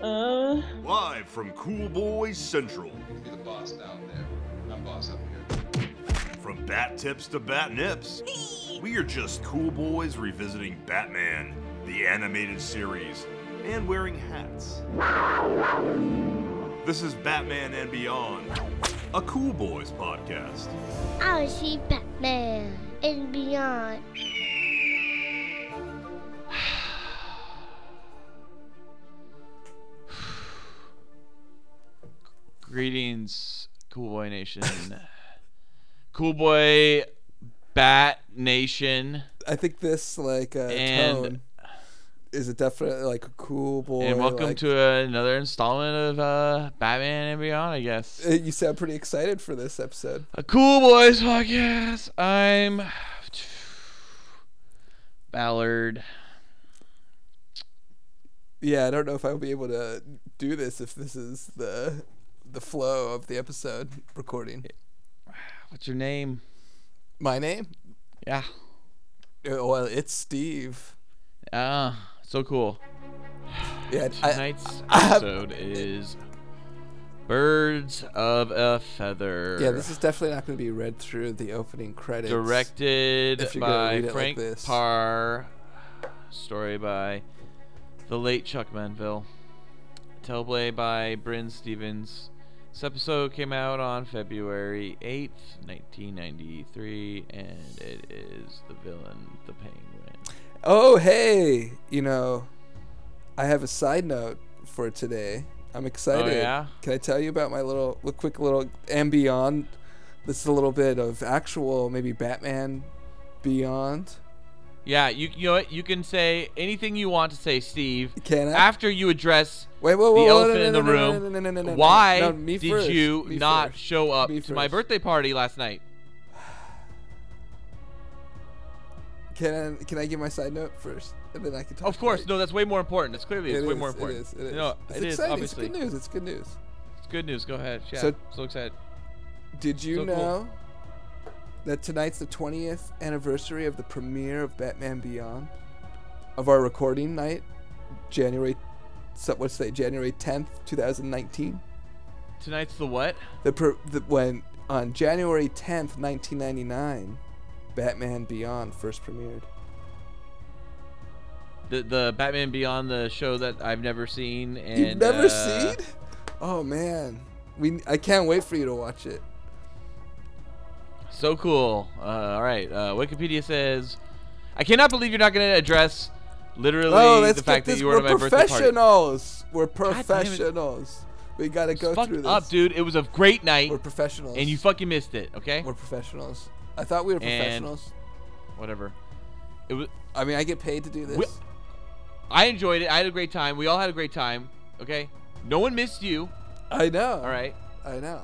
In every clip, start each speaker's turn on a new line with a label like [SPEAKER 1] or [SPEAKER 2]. [SPEAKER 1] Hello.
[SPEAKER 2] Live from Cool Boys Central.
[SPEAKER 3] You're the boss down there. I'm boss up here.
[SPEAKER 2] From bat tips to bat nips, we are just cool boys revisiting Batman, the animated series, and wearing hats. This is Batman and Beyond, a Cool Boys podcast.
[SPEAKER 1] I see Batman and beyond.
[SPEAKER 4] Greetings, Cool Boy Nation. cool Boy Bat Nation.
[SPEAKER 5] I think this like uh,
[SPEAKER 4] And-
[SPEAKER 5] tone is a definite like cool boy.
[SPEAKER 4] and welcome
[SPEAKER 5] like-
[SPEAKER 4] to another installment of uh, Batman and Beyond, I guess.
[SPEAKER 5] Uh, you sound pretty excited for this episode.
[SPEAKER 4] a Cool Boys podcast. I'm Ballard.
[SPEAKER 5] Yeah, I don't know if I'll be able to do this if this is the the flow of the episode recording.
[SPEAKER 4] What's your name?
[SPEAKER 5] My name?
[SPEAKER 4] Yeah.
[SPEAKER 5] Uh, Well, it's Steve.
[SPEAKER 4] Ah, so cool.
[SPEAKER 5] Yeah, I,
[SPEAKER 4] Tonight's
[SPEAKER 5] I-
[SPEAKER 4] episode is Birds of a Feather.
[SPEAKER 5] yeah. This is definitely not going to be read through the opening credits.
[SPEAKER 4] directed
[SPEAKER 5] if you're gonna
[SPEAKER 4] by
[SPEAKER 5] read it like
[SPEAKER 4] Frank
[SPEAKER 5] this.
[SPEAKER 4] Parr. Story by the late Chuck Manville. Teleplay by Bryn Stevens. This episode came out on February 8th, 1993, and it is the villain, the penguin.
[SPEAKER 5] Oh hey, you know, I have a side note for today. I'm excited.
[SPEAKER 4] Oh, yeah?
[SPEAKER 5] Can I tell you about my little, li- quick little and beyond? This is a little bit of actual, maybe Batman Beyond.
[SPEAKER 4] Yeah, you, you know what? You can say anything you want to say, Steve,
[SPEAKER 5] Can I?
[SPEAKER 4] after you address
[SPEAKER 5] Wait, whoa, whoa,
[SPEAKER 4] the
[SPEAKER 5] whoa, no,
[SPEAKER 4] elephant in
[SPEAKER 5] no,
[SPEAKER 4] the
[SPEAKER 5] no, no, no,
[SPEAKER 4] room.
[SPEAKER 5] no, no, no, no, no.
[SPEAKER 4] Why
[SPEAKER 5] No, me
[SPEAKER 4] did
[SPEAKER 5] first,
[SPEAKER 4] you
[SPEAKER 5] me
[SPEAKER 4] not
[SPEAKER 5] first.
[SPEAKER 4] show up
[SPEAKER 5] Me
[SPEAKER 4] to my
[SPEAKER 5] first.
[SPEAKER 4] birthday party last night?
[SPEAKER 5] Can I, can I give my side note first, and then I can talk.
[SPEAKER 4] Of course,
[SPEAKER 5] about
[SPEAKER 4] no. That's way more important. It's clearly
[SPEAKER 5] it.
[SPEAKER 4] it's
[SPEAKER 5] It
[SPEAKER 4] way
[SPEAKER 5] is,
[SPEAKER 4] more important.
[SPEAKER 5] It is. It is.
[SPEAKER 4] No,
[SPEAKER 5] it's
[SPEAKER 4] it is
[SPEAKER 5] exciting.
[SPEAKER 4] obviously.
[SPEAKER 5] It's good news. It's good news.
[SPEAKER 4] It's good news. Go ahead. Yeah.
[SPEAKER 5] So-
[SPEAKER 4] so excited.
[SPEAKER 5] Did you
[SPEAKER 4] So cool.
[SPEAKER 5] know that tonight's the 20th anniversary of the premiere of Batman Beyond? Of our recording night, January, so, what's say January 10th, 2019.
[SPEAKER 4] Tonight's the what?
[SPEAKER 5] The, pr the when on January 10th, 1999, Batman Beyond first premiered.
[SPEAKER 4] The the Batman Beyond the show that I've never seen and
[SPEAKER 5] You've never
[SPEAKER 4] uh,
[SPEAKER 5] seen? Oh man, we I can't wait for you to watch it.
[SPEAKER 4] So cool. Uh, all right. Uh, Wikipedia says, I cannot believe you're not going to address literally
[SPEAKER 5] Oh, let's
[SPEAKER 4] the
[SPEAKER 5] get
[SPEAKER 4] fact
[SPEAKER 5] this.
[SPEAKER 4] that you
[SPEAKER 5] We're
[SPEAKER 4] were at my birthday party.
[SPEAKER 5] professionals. We're
[SPEAKER 4] damn it.
[SPEAKER 5] professionals. We gotta
[SPEAKER 4] It's
[SPEAKER 5] go
[SPEAKER 4] fucked
[SPEAKER 5] through this.
[SPEAKER 4] up, dude. It was a great night,
[SPEAKER 5] We're professionals.
[SPEAKER 4] and you fucking missed it. Okay.
[SPEAKER 5] We're professionals. I thought we were
[SPEAKER 4] And-
[SPEAKER 5] professionals.
[SPEAKER 4] Whatever. It was.
[SPEAKER 5] I mean, I get paid to do this.
[SPEAKER 4] We- I enjoyed it. I had a great time. We all had a great time. Okay. No one missed you.
[SPEAKER 5] I know.
[SPEAKER 4] All right.
[SPEAKER 5] I know.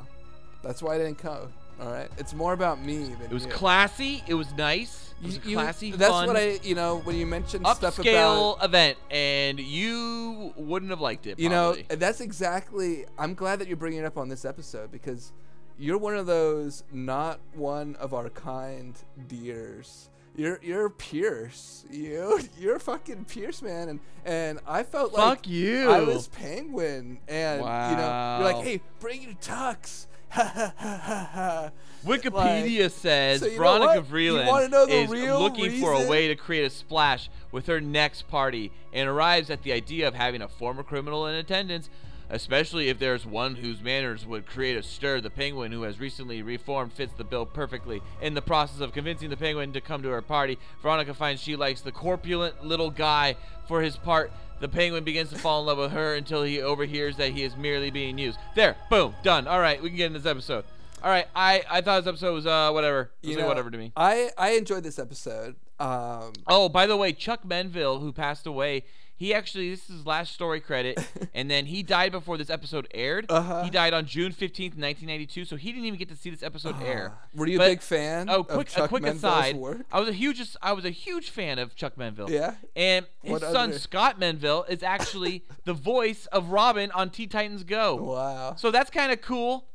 [SPEAKER 5] That's why I didn't come. All right. It's more about me than
[SPEAKER 4] It was
[SPEAKER 5] you.
[SPEAKER 4] classy. It was nice. It
[SPEAKER 5] You-
[SPEAKER 4] was a
[SPEAKER 5] you-
[SPEAKER 4] classy,
[SPEAKER 5] That's
[SPEAKER 4] fun,
[SPEAKER 5] what I, you know, when you mentioned stuff
[SPEAKER 4] upscale
[SPEAKER 5] about,
[SPEAKER 4] event, and you wouldn't have liked it.
[SPEAKER 5] you know,
[SPEAKER 4] probably.
[SPEAKER 5] that's exactly. I'm glad that you're bringing it up on this episode because you're one of those not one of our kind deers. You're you're Pierce. You you're fucking Pierce, man. And and I felt like
[SPEAKER 4] Fuck you.
[SPEAKER 5] I was Penguin, and you know, you're
[SPEAKER 4] Wow.
[SPEAKER 5] like, hey, bring your tux. Ha ha ha ha ha.
[SPEAKER 4] Wikipedia
[SPEAKER 5] Like,
[SPEAKER 4] says
[SPEAKER 5] so you know what?
[SPEAKER 4] Veronica
[SPEAKER 5] You
[SPEAKER 4] Vreeland
[SPEAKER 5] wanna know the
[SPEAKER 4] is
[SPEAKER 5] real
[SPEAKER 4] looking for a
[SPEAKER 5] reason?
[SPEAKER 4] way to create a splash with her next party and arrives at the idea of having a former criminal in attendance, especially if there's one whose manners would create a stir. The penguin, who has recently reformed, fits the bill perfectly. In the process of convincing the penguin to come to her party, Veronica finds she likes the corpulent little guy for his part. The penguin begins to fall in love with her until he overhears that he is merely being used. There, boom, done. All right, we can get in this episode. All right, I I thought this episode was uh whatever. It was
[SPEAKER 5] you
[SPEAKER 4] like
[SPEAKER 5] know,
[SPEAKER 4] whatever to me.
[SPEAKER 5] I I enjoyed this episode. Um,
[SPEAKER 4] Oh, by the way, Chuck Menville, who passed away, he actually this is his last story credit, and then he died before this episode aired.
[SPEAKER 5] Uh-huh.
[SPEAKER 4] He died on June fifteenth, nineteen ninety two, so he didn't even get to see this episode air.
[SPEAKER 5] Ah, uh, were you a
[SPEAKER 4] But-
[SPEAKER 5] big fan?
[SPEAKER 4] Oh,
[SPEAKER 5] of
[SPEAKER 4] quick,
[SPEAKER 5] Chuck
[SPEAKER 4] a quick
[SPEAKER 5] Mendel's
[SPEAKER 4] aside.
[SPEAKER 5] work?
[SPEAKER 4] I was a huge, I was a huge fan of Chuck Menville.
[SPEAKER 5] Yeah?
[SPEAKER 4] And his
[SPEAKER 5] What
[SPEAKER 4] son
[SPEAKER 5] other-
[SPEAKER 4] Scott Menville is actually the voice of Robin on Teen Titans Go.
[SPEAKER 5] Wow,
[SPEAKER 4] So that's kind of cool.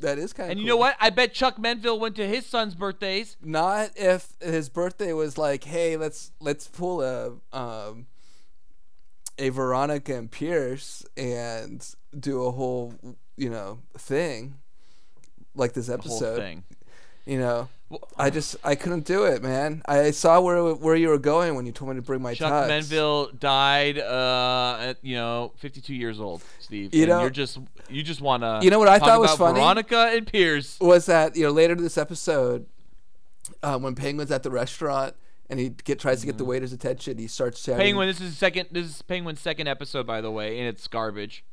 [SPEAKER 5] that is kind of.
[SPEAKER 4] And you know what? I bet Chuck Menville went to his son's birthdays.
[SPEAKER 5] Not if his birthday was like, hey, let's let's pull a um, a Veronica and Pierce and do a whole you know thing like this
[SPEAKER 4] the whole
[SPEAKER 5] episode.
[SPEAKER 4] thing.
[SPEAKER 5] You know,
[SPEAKER 4] Well,
[SPEAKER 5] I just I couldn't do it, man. I saw where where you were going when you told me to bring my
[SPEAKER 4] Chuck
[SPEAKER 5] tux.
[SPEAKER 4] Menville died, uh, at, you know, 52 years old, Steve.
[SPEAKER 5] You
[SPEAKER 4] and
[SPEAKER 5] know-
[SPEAKER 4] you're just, you just wanna.
[SPEAKER 5] You know what I
[SPEAKER 4] talk
[SPEAKER 5] thought was
[SPEAKER 4] about
[SPEAKER 5] funny?
[SPEAKER 4] Veronica and Pierce.
[SPEAKER 5] was that you know later this episode uh, when Penguin's at the restaurant and he get tries to get the
[SPEAKER 4] Mm-hmm.
[SPEAKER 5] waiter's attention, he starts shouting.
[SPEAKER 4] Penguin. This is second. This is Penguin's second episode, by the way, and it's garbage.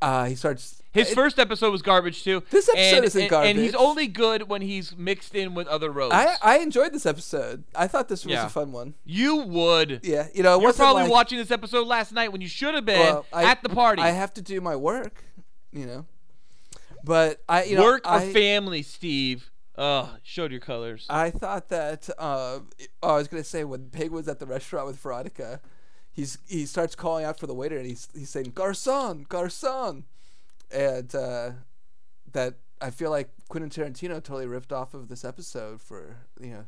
[SPEAKER 5] Uh, he starts.
[SPEAKER 4] His
[SPEAKER 5] it-
[SPEAKER 4] first episode was garbage too.
[SPEAKER 5] This episode
[SPEAKER 4] and,
[SPEAKER 5] isn't
[SPEAKER 4] and, And he's
[SPEAKER 5] garbage.
[SPEAKER 4] only good when he's mixed in with other roasts.
[SPEAKER 5] I, I enjoyed this episode. I thought this was
[SPEAKER 4] Yeah.
[SPEAKER 5] a fun one.
[SPEAKER 4] you would.
[SPEAKER 5] Yeah, you know, it
[SPEAKER 4] You're
[SPEAKER 5] wasn't
[SPEAKER 4] probably
[SPEAKER 5] like,
[SPEAKER 4] watching this episode last night when you should have been
[SPEAKER 5] well, I-
[SPEAKER 4] at the party.
[SPEAKER 5] I have to do my work, you know. But I, you know,
[SPEAKER 4] Work or
[SPEAKER 5] I,
[SPEAKER 4] family, Steve. Ugh, showed your colors.
[SPEAKER 5] I thought that. Uh, it- oh, I was gonna say when Pig was at the restaurant with Veronica, he's he starts calling out for the waiter and he's he's saying "Garcon, Garcon," and uh, that I feel like Quentin Tarantino totally ripped off of this episode for you know.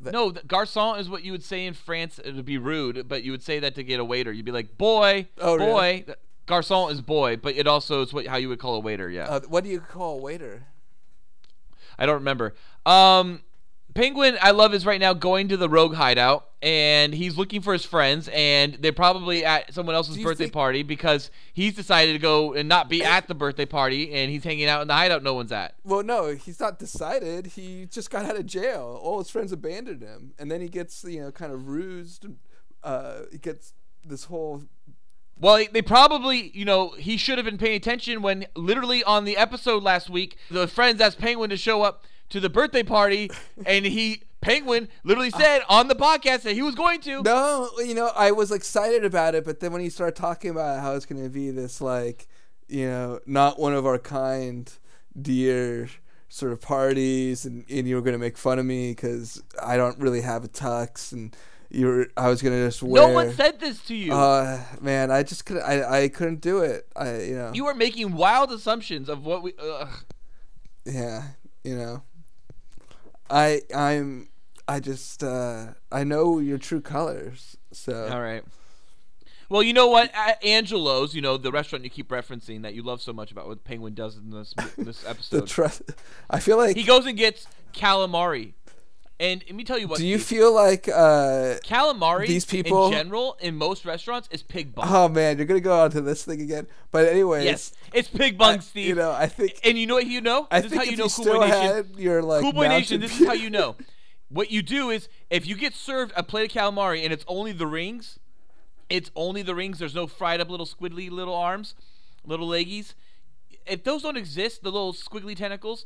[SPEAKER 5] that-
[SPEAKER 4] no, th- garçon is what you would say in France uh, to be rude, but you would say that to get a waiter. You'd be like, boy,
[SPEAKER 5] Oh, really?
[SPEAKER 4] boy. Th- Garçon is boy, but it also is what how you would call a waiter. Yeah.
[SPEAKER 5] Uh, what do you call a waiter?
[SPEAKER 4] I don't remember. Um, Penguin, I love is right now going to the Rogue Hideout, and he's looking for his friends, and they're probably at someone else's
[SPEAKER 5] Do you
[SPEAKER 4] birthday
[SPEAKER 5] think- Eh.
[SPEAKER 4] party because he's decided to go and not be at the birthday party, and he's hanging out in the hideout no one's at.
[SPEAKER 5] Well, no, he's not decided. He just got out of jail. All his friends abandoned him, and then he gets you know kind of rused. Uh, he gets this whole
[SPEAKER 4] Well, they probably, you know, he should have been paying attention when literally on the episode last week, the friends asked Penguin to show up to the birthday party, and he. Penguin literally said on the podcast that he was going to.
[SPEAKER 5] Uh. no. You know, I was excited about it, but then when he started talking about how it's going to be this like, you know, not one of our kind, dear sort of parties, and, and you were going to make fun of me because I don't really have a tux, and you were I was going to just wear.
[SPEAKER 4] no one said this to you.
[SPEAKER 5] Uh, man, I just couldn't. I, I couldn't do it. I you know.
[SPEAKER 4] You are making wild assumptions of what we. Ugh.
[SPEAKER 5] yeah you know i i'm i just uh i know your true colors so
[SPEAKER 4] All right. Well, you know what, A- Angelo's, you know the restaurant you keep referencing that you love so much about what Penguin does in this in this
[SPEAKER 5] the
[SPEAKER 4] episode.
[SPEAKER 5] trust i feel like
[SPEAKER 4] he goes and gets calamari, and let me tell you what.
[SPEAKER 5] do you
[SPEAKER 4] Steve,
[SPEAKER 5] feel like uh
[SPEAKER 4] calamari?
[SPEAKER 5] these people-
[SPEAKER 4] in general, in most restaurants, is pig bung.
[SPEAKER 5] oh man you're gonna go on to this thing again but anyways
[SPEAKER 4] yes, it's pig bung,
[SPEAKER 5] I-
[SPEAKER 4] Steve.
[SPEAKER 5] you know i think
[SPEAKER 4] and you know what you know?
[SPEAKER 5] i
[SPEAKER 4] this
[SPEAKER 5] think
[SPEAKER 4] is how you
[SPEAKER 5] if
[SPEAKER 4] know
[SPEAKER 5] you
[SPEAKER 4] Kool
[SPEAKER 5] still
[SPEAKER 4] Boy Nation.
[SPEAKER 5] had your like
[SPEAKER 4] Cool Boy Nation,
[SPEAKER 5] mountain
[SPEAKER 4] this is how
[SPEAKER 5] peak-
[SPEAKER 4] you know. What you do is if you get served a plate of calamari and it's only the rings, it's only the rings, there's no fried up little squiddly little arms, little leggies. If those don't exist, the little squiggly tentacles,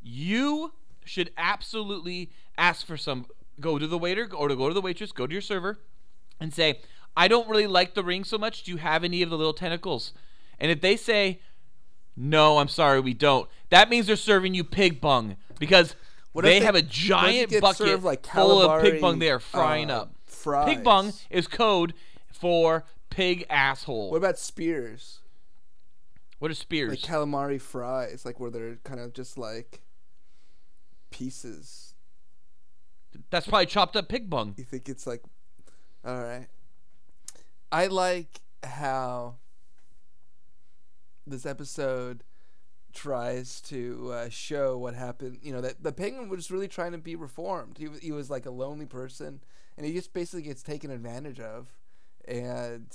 [SPEAKER 4] you should absolutely ask for some go to the waiter or to go to the waitress, go to your server and say, "I don't really like the ring so much. Do you have any of the little tentacles?" And if they say, "No, I'm sorry, we don't." That means they're serving you pig bung because
[SPEAKER 5] What if
[SPEAKER 4] they,
[SPEAKER 5] they-
[SPEAKER 4] have a
[SPEAKER 5] what if you
[SPEAKER 4] giant
[SPEAKER 5] get
[SPEAKER 4] bucket
[SPEAKER 5] served, like,
[SPEAKER 4] full of pig
[SPEAKER 5] calamari,
[SPEAKER 4] bung they are frying
[SPEAKER 5] uh,
[SPEAKER 4] up.
[SPEAKER 5] fries?
[SPEAKER 4] Pig bung is code for pig asshole.
[SPEAKER 5] what about spears
[SPEAKER 4] what are spears?
[SPEAKER 5] like calamari fries like where they're kind of just like pieces
[SPEAKER 4] That's probably chopped up pig bung.
[SPEAKER 5] You think it's like, all right. I like how this episode tries to uh, show what happened. You know that the penguin was really trying to be reformed. He wa- he was like a lonely person, and he just basically gets taken advantage of, and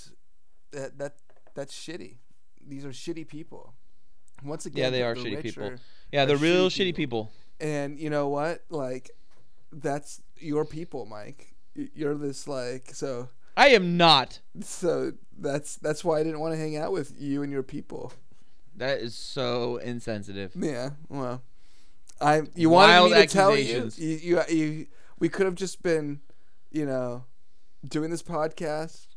[SPEAKER 5] that that that's shitty. These are shitty people. Once again,
[SPEAKER 4] they
[SPEAKER 5] the-
[SPEAKER 4] are
[SPEAKER 5] the
[SPEAKER 4] shitty
[SPEAKER 5] rich
[SPEAKER 4] people.
[SPEAKER 5] are-
[SPEAKER 4] Yeah, they're
[SPEAKER 5] they're
[SPEAKER 4] real
[SPEAKER 5] shitty
[SPEAKER 4] shitty people.
[SPEAKER 5] and you know what? Like, that's your people, Mike. Y- You're this like so
[SPEAKER 4] I am not.
[SPEAKER 5] so that's that's why I didn't want to hang out with you and your people.
[SPEAKER 4] That is so insensitive.
[SPEAKER 5] Yeah. Well, I you wanted
[SPEAKER 4] Wild
[SPEAKER 5] me to tell you,
[SPEAKER 4] accusations.
[SPEAKER 5] you you you we could have just been, you know, doing this podcast,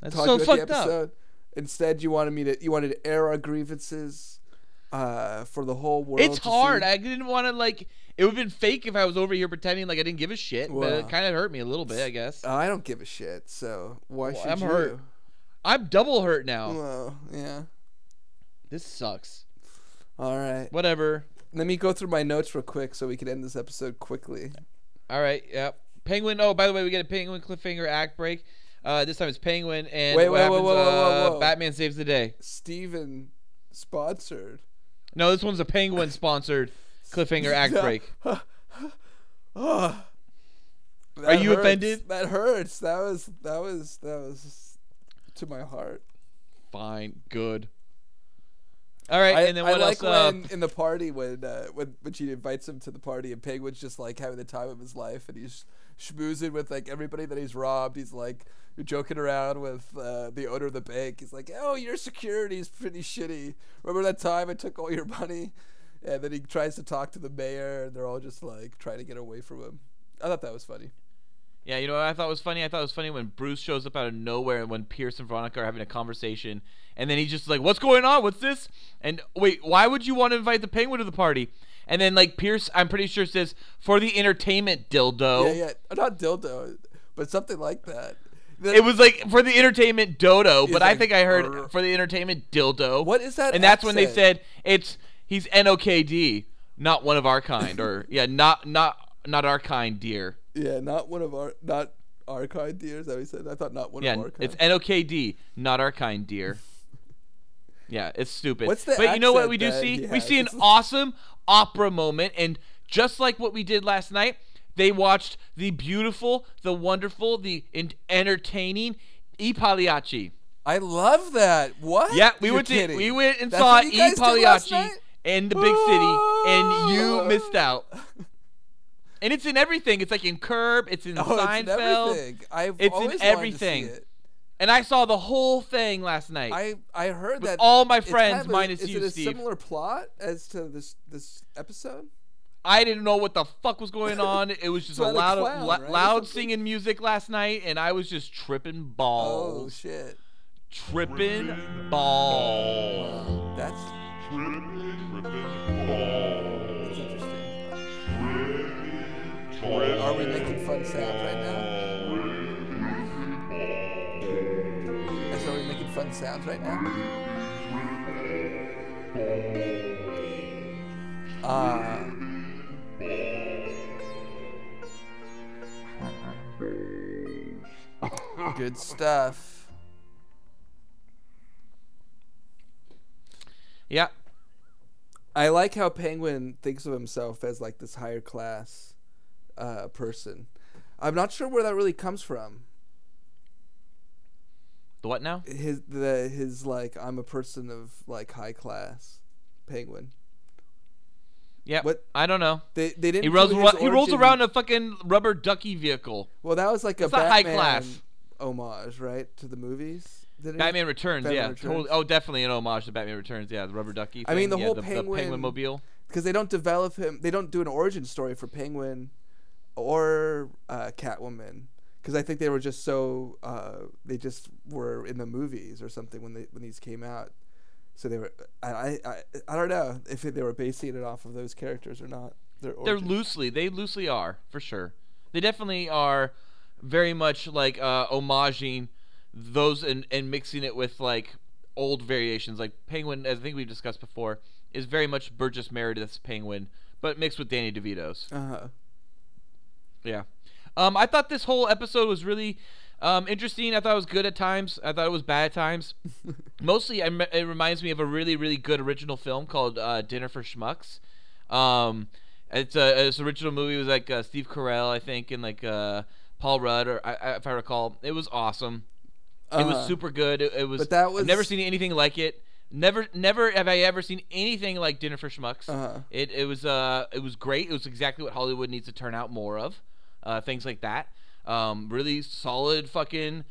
[SPEAKER 4] That's
[SPEAKER 5] talking
[SPEAKER 4] so
[SPEAKER 5] about
[SPEAKER 4] fucked
[SPEAKER 5] the
[SPEAKER 4] up.
[SPEAKER 5] episode. Instead, you wanted me to you wanted to air our grievances, uh, for the whole world.
[SPEAKER 4] It's
[SPEAKER 5] to see.
[SPEAKER 4] hard. I didn't want to like. It would have been fake if I was over here pretending like I didn't give a shit. But it
[SPEAKER 5] Wow.
[SPEAKER 4] kind of hurt me a little bit, I guess.
[SPEAKER 5] I don't give a shit. So why
[SPEAKER 4] Well,
[SPEAKER 5] should
[SPEAKER 4] I'm
[SPEAKER 5] you?
[SPEAKER 4] hurt. I'm double hurt now.
[SPEAKER 5] Well, yeah.
[SPEAKER 4] This sucks.
[SPEAKER 5] All right.
[SPEAKER 4] Whatever.
[SPEAKER 5] Let me go through my notes real quick so we can end this episode quickly.
[SPEAKER 4] All right. Yep. Penguin. Oh, by the way, we get a penguin cliffhanger act break. Uh, this time it's Penguin and
[SPEAKER 5] Wait,
[SPEAKER 4] what
[SPEAKER 5] wait, whoa,
[SPEAKER 4] happens,
[SPEAKER 5] whoa, whoa,
[SPEAKER 4] uh,
[SPEAKER 5] whoa.
[SPEAKER 4] Batman saves the day.
[SPEAKER 5] Steven sponsored.
[SPEAKER 4] No, this one's a Penguin sponsored cliffhanger act break.
[SPEAKER 5] Ugh.
[SPEAKER 4] Are
[SPEAKER 5] That
[SPEAKER 4] you
[SPEAKER 5] hurts.
[SPEAKER 4] offended?
[SPEAKER 5] That hurts. That was that was that was to my heart.
[SPEAKER 4] Fine, good. All right,
[SPEAKER 5] I,
[SPEAKER 4] and then
[SPEAKER 5] I
[SPEAKER 4] what else?
[SPEAKER 5] like
[SPEAKER 4] uh,
[SPEAKER 5] when in the party when uh, when when she invites him to the party and Penguin's just like having the time of his life and he's schmoozing with like everybody that he's robbed. He's like joking around with uh, the owner of the bank. He's like, "Oh, your security's pretty shitty. Remember that time I took all your money?" And then he tries to talk to the mayor, and they're all just like trying to get away from him. I thought that was funny.
[SPEAKER 4] Yeah, you know what I thought was funny? I thought it was funny when Bruce shows up out of nowhere and when Pierce and Veronica are having a conversation and then he's just like, What's going on? What's this? And wait, why would you want to invite the penguin to the party? And then like Pierce, I'm pretty sure says, For the entertainment dildo.
[SPEAKER 5] Yeah, yeah, not dildo, but something like that. The-
[SPEAKER 4] It was like for the entertainment dodo, but I
[SPEAKER 5] like,
[SPEAKER 4] think I heard
[SPEAKER 5] "Brr."
[SPEAKER 4] for the entertainment dildo.
[SPEAKER 5] What is that
[SPEAKER 4] And that's when they said
[SPEAKER 5] accent?
[SPEAKER 4] it's he's NOKD, not one of our kind, or yeah, not not not our kind, dear.
[SPEAKER 5] yeah, not one of our not our kind dear. Is that what he said? I thought not one
[SPEAKER 4] Yeah,
[SPEAKER 5] of our kind.
[SPEAKER 4] it's NOKD, not our kind, dear. yeah, it's stupid.
[SPEAKER 5] What's the
[SPEAKER 4] but you know what
[SPEAKER 5] accent
[SPEAKER 4] we do
[SPEAKER 5] that
[SPEAKER 4] see?
[SPEAKER 5] he
[SPEAKER 4] We
[SPEAKER 5] has?
[SPEAKER 4] see an
[SPEAKER 5] This is-
[SPEAKER 4] awesome opera moment, and just like what we did last night, they watched the beautiful, the wonderful, the en- entertaining E Pagliacci.
[SPEAKER 5] I love that. What?
[SPEAKER 4] Yeah, we
[SPEAKER 5] You're
[SPEAKER 4] went to,
[SPEAKER 5] kidding.
[SPEAKER 4] we went and
[SPEAKER 5] That's
[SPEAKER 4] saw
[SPEAKER 5] what you
[SPEAKER 4] E
[SPEAKER 5] guys did last
[SPEAKER 4] Pagliacci
[SPEAKER 5] night?
[SPEAKER 4] in the big city, and you missed out. And it's in everything. It's like in Curb. It's in
[SPEAKER 5] Oh, it's in
[SPEAKER 4] Seinfeld.
[SPEAKER 5] everything. I've
[SPEAKER 4] It's in
[SPEAKER 5] always wanted to see
[SPEAKER 4] everything.
[SPEAKER 5] it.
[SPEAKER 4] And I saw the whole thing last night.
[SPEAKER 5] I I heard that
[SPEAKER 4] all my
[SPEAKER 5] it's
[SPEAKER 4] friends,
[SPEAKER 5] kind of a-
[SPEAKER 4] minus
[SPEAKER 5] is
[SPEAKER 4] you,
[SPEAKER 5] it a
[SPEAKER 4] Steve.
[SPEAKER 5] similar plot as to this this episode?
[SPEAKER 4] I didn't know what the fuck was going on. It was just a
[SPEAKER 5] About a
[SPEAKER 4] loud,
[SPEAKER 5] clown,
[SPEAKER 4] lou-
[SPEAKER 5] right, or
[SPEAKER 4] loud
[SPEAKER 5] something?
[SPEAKER 4] singing music last night, and I was just tripping
[SPEAKER 5] Oh,
[SPEAKER 4] balls,
[SPEAKER 5] shit.
[SPEAKER 4] tripping balls.
[SPEAKER 5] That's that's interesting. Are we making fun sounds right now? I said, are we making fun sounds right now? Uh, good stuff.
[SPEAKER 4] Yeah,
[SPEAKER 5] I like how Penguin thinks of himself as like this higher class uh, person. I'm not sure where that really comes from.
[SPEAKER 4] the what now?
[SPEAKER 5] His the his like I'm a person of like high class. Penguin.
[SPEAKER 4] Yeah,
[SPEAKER 5] What-
[SPEAKER 4] I don't know.
[SPEAKER 5] They they didn't.
[SPEAKER 4] He rolls,
[SPEAKER 5] clue
[SPEAKER 4] wa-
[SPEAKER 5] his
[SPEAKER 4] he rolls
[SPEAKER 5] origin- Mm.
[SPEAKER 4] around in a fucking rubber ducky vehicle.
[SPEAKER 5] Well, that was like a
[SPEAKER 4] It's not high
[SPEAKER 5] Batman
[SPEAKER 4] class.
[SPEAKER 5] homage, right, to the movies. Didn't it?
[SPEAKER 4] Batman Returns,
[SPEAKER 5] Batman
[SPEAKER 4] yeah,
[SPEAKER 5] Returns.
[SPEAKER 4] totally. Oh, definitely an homage to Batman Returns. Yeah, the rubber ducky. Thing.
[SPEAKER 5] I mean, the
[SPEAKER 4] yeah,
[SPEAKER 5] whole
[SPEAKER 4] the,
[SPEAKER 5] penguin-
[SPEAKER 4] the penguin mobile.
[SPEAKER 5] because they don't develop him. They don't do an origin story for Penguin or uh, Catwoman because I think they were just so uh, they just were in the movies or something when they when these came out. So they were. I I, I, I don't know if they were basing it off of those characters or not. Their
[SPEAKER 4] They're
[SPEAKER 5] origin.
[SPEAKER 4] loosely, they loosely are for sure. They definitely are very much like uh, homaging those and, and mixing it with like old variations. Like Penguin, as I think we've discussed before, is very much Burgess Meredith's Penguin, but mixed with Danny DeVito's.
[SPEAKER 5] uh-huh.
[SPEAKER 4] Yeah. Um, I thought this whole episode was really um, interesting. I thought it was good at times. I thought it was bad at times. Mostly, I me- it reminds me of a really, really good original film called uh, Dinner for Schmucks. Um, it's a it's original movie. It was like uh, Steve Carell, I think, and like uh, Paul Rudd, or I, I, if I recall. It was awesome. It
[SPEAKER 5] Uh-huh.
[SPEAKER 4] was super good. It, it was.
[SPEAKER 5] But that
[SPEAKER 4] I've
[SPEAKER 5] was-
[SPEAKER 4] never seen anything like it. Never, never have I ever seen anything like Dinner for Schmucks.
[SPEAKER 5] Uh-huh.
[SPEAKER 4] It it was uh it was great. It was exactly what Hollywood needs to turn out more of, uh, things like that. Um, really solid fucking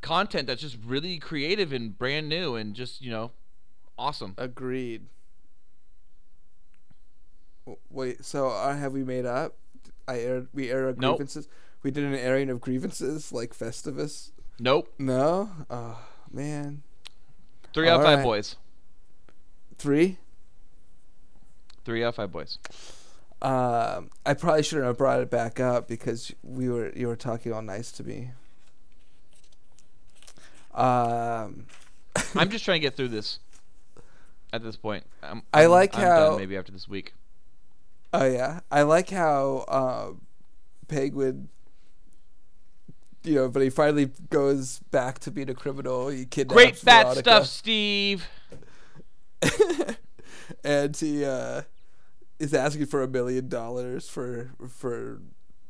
[SPEAKER 4] content that's just really creative and brand new and just you know awesome.
[SPEAKER 5] Agreed. W- Wait, so uh, have we made up? I aired we aired our
[SPEAKER 4] Nope.
[SPEAKER 5] grievances. We did an airing of grievances like Festivus.
[SPEAKER 4] Nope,
[SPEAKER 5] No, oh man,
[SPEAKER 4] three out of
[SPEAKER 5] All
[SPEAKER 4] five
[SPEAKER 5] right.
[SPEAKER 4] boys.
[SPEAKER 5] three.
[SPEAKER 4] Three out of five boys.
[SPEAKER 5] Um, I probably shouldn't have brought it back up because we were you were talking all nice to me. Um,
[SPEAKER 4] I'm just trying to get through this. At this point, I'm,
[SPEAKER 5] I
[SPEAKER 4] I'm-
[SPEAKER 5] like
[SPEAKER 4] I'm
[SPEAKER 5] how-
[SPEAKER 4] done maybe after this week.
[SPEAKER 5] oh yeah, I like how um, Penguin you know, but he finally goes back to being a criminal. He kidnaps
[SPEAKER 4] Great fat
[SPEAKER 5] Veronica.
[SPEAKER 4] stuff, Steve.
[SPEAKER 5] and he uh, is asking for a million dollars for for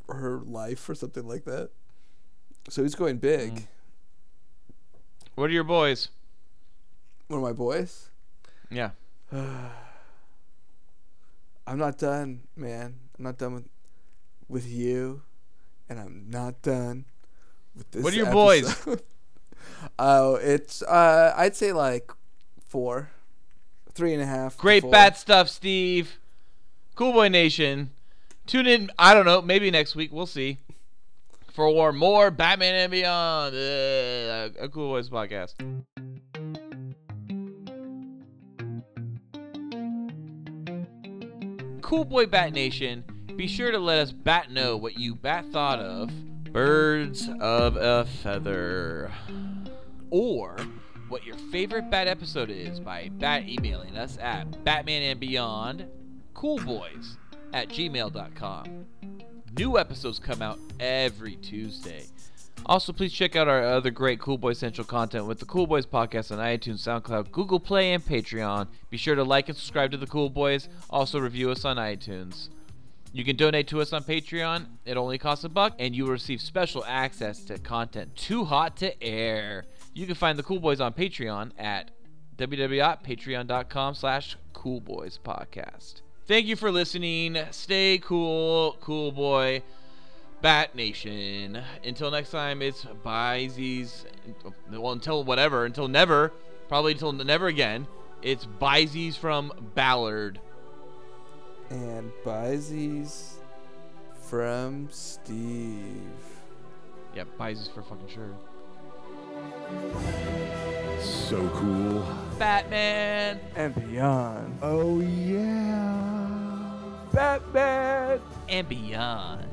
[SPEAKER 5] her life or something like that. So he's going big.
[SPEAKER 4] Mm. What are your boys?
[SPEAKER 5] One of my boys.
[SPEAKER 4] Yeah.
[SPEAKER 5] I'm not done, man. I'm not done with with you, and I'm not done with this.
[SPEAKER 4] What are your boys?
[SPEAKER 5] episode. oh, it's uh, I'd say like four, three and a half. to
[SPEAKER 4] Great
[SPEAKER 5] four.
[SPEAKER 4] fat stuff, Steve. Cool Boy Nation. Tune in, I don't know, maybe next week. We'll see. For more Batman and Beyond, uh, a Cool Boys podcast. Cool Boy Bat Nation, be sure to let us bat know what you bat thought of Birds of a Feather. Or what your favorite bat episode is by bat emailing us at Batman and Beyond Coolboys at gmail.com. New episodes come out every Tuesday. Also, please check out our other great Cool Boy Central content with the Cool Boys podcast on iTunes, SoundCloud, Google Play, and Patreon. Be sure to like and subscribe to the Cool Boys. Also, review us on iTunes. You can donate to us on Patreon. It only costs a buck, and you will receive special access to content too hot to air. You can find the Cool Boys on Patreon at www.patreon.com slash coolboyspodcast. Thank you for listening. Stay cool, cool boy, Bat Nation. Until next time, it's bye Z's. Well, until whatever, until never, probably until never again, it's bye Z's from Ballard.
[SPEAKER 5] and Bizees from Steve.
[SPEAKER 4] Yeah, bye Z's for fucking sure.
[SPEAKER 2] So cool.
[SPEAKER 4] Batman.
[SPEAKER 5] and beyond.
[SPEAKER 2] Oh, yeah.
[SPEAKER 5] Batman.
[SPEAKER 4] and beyond.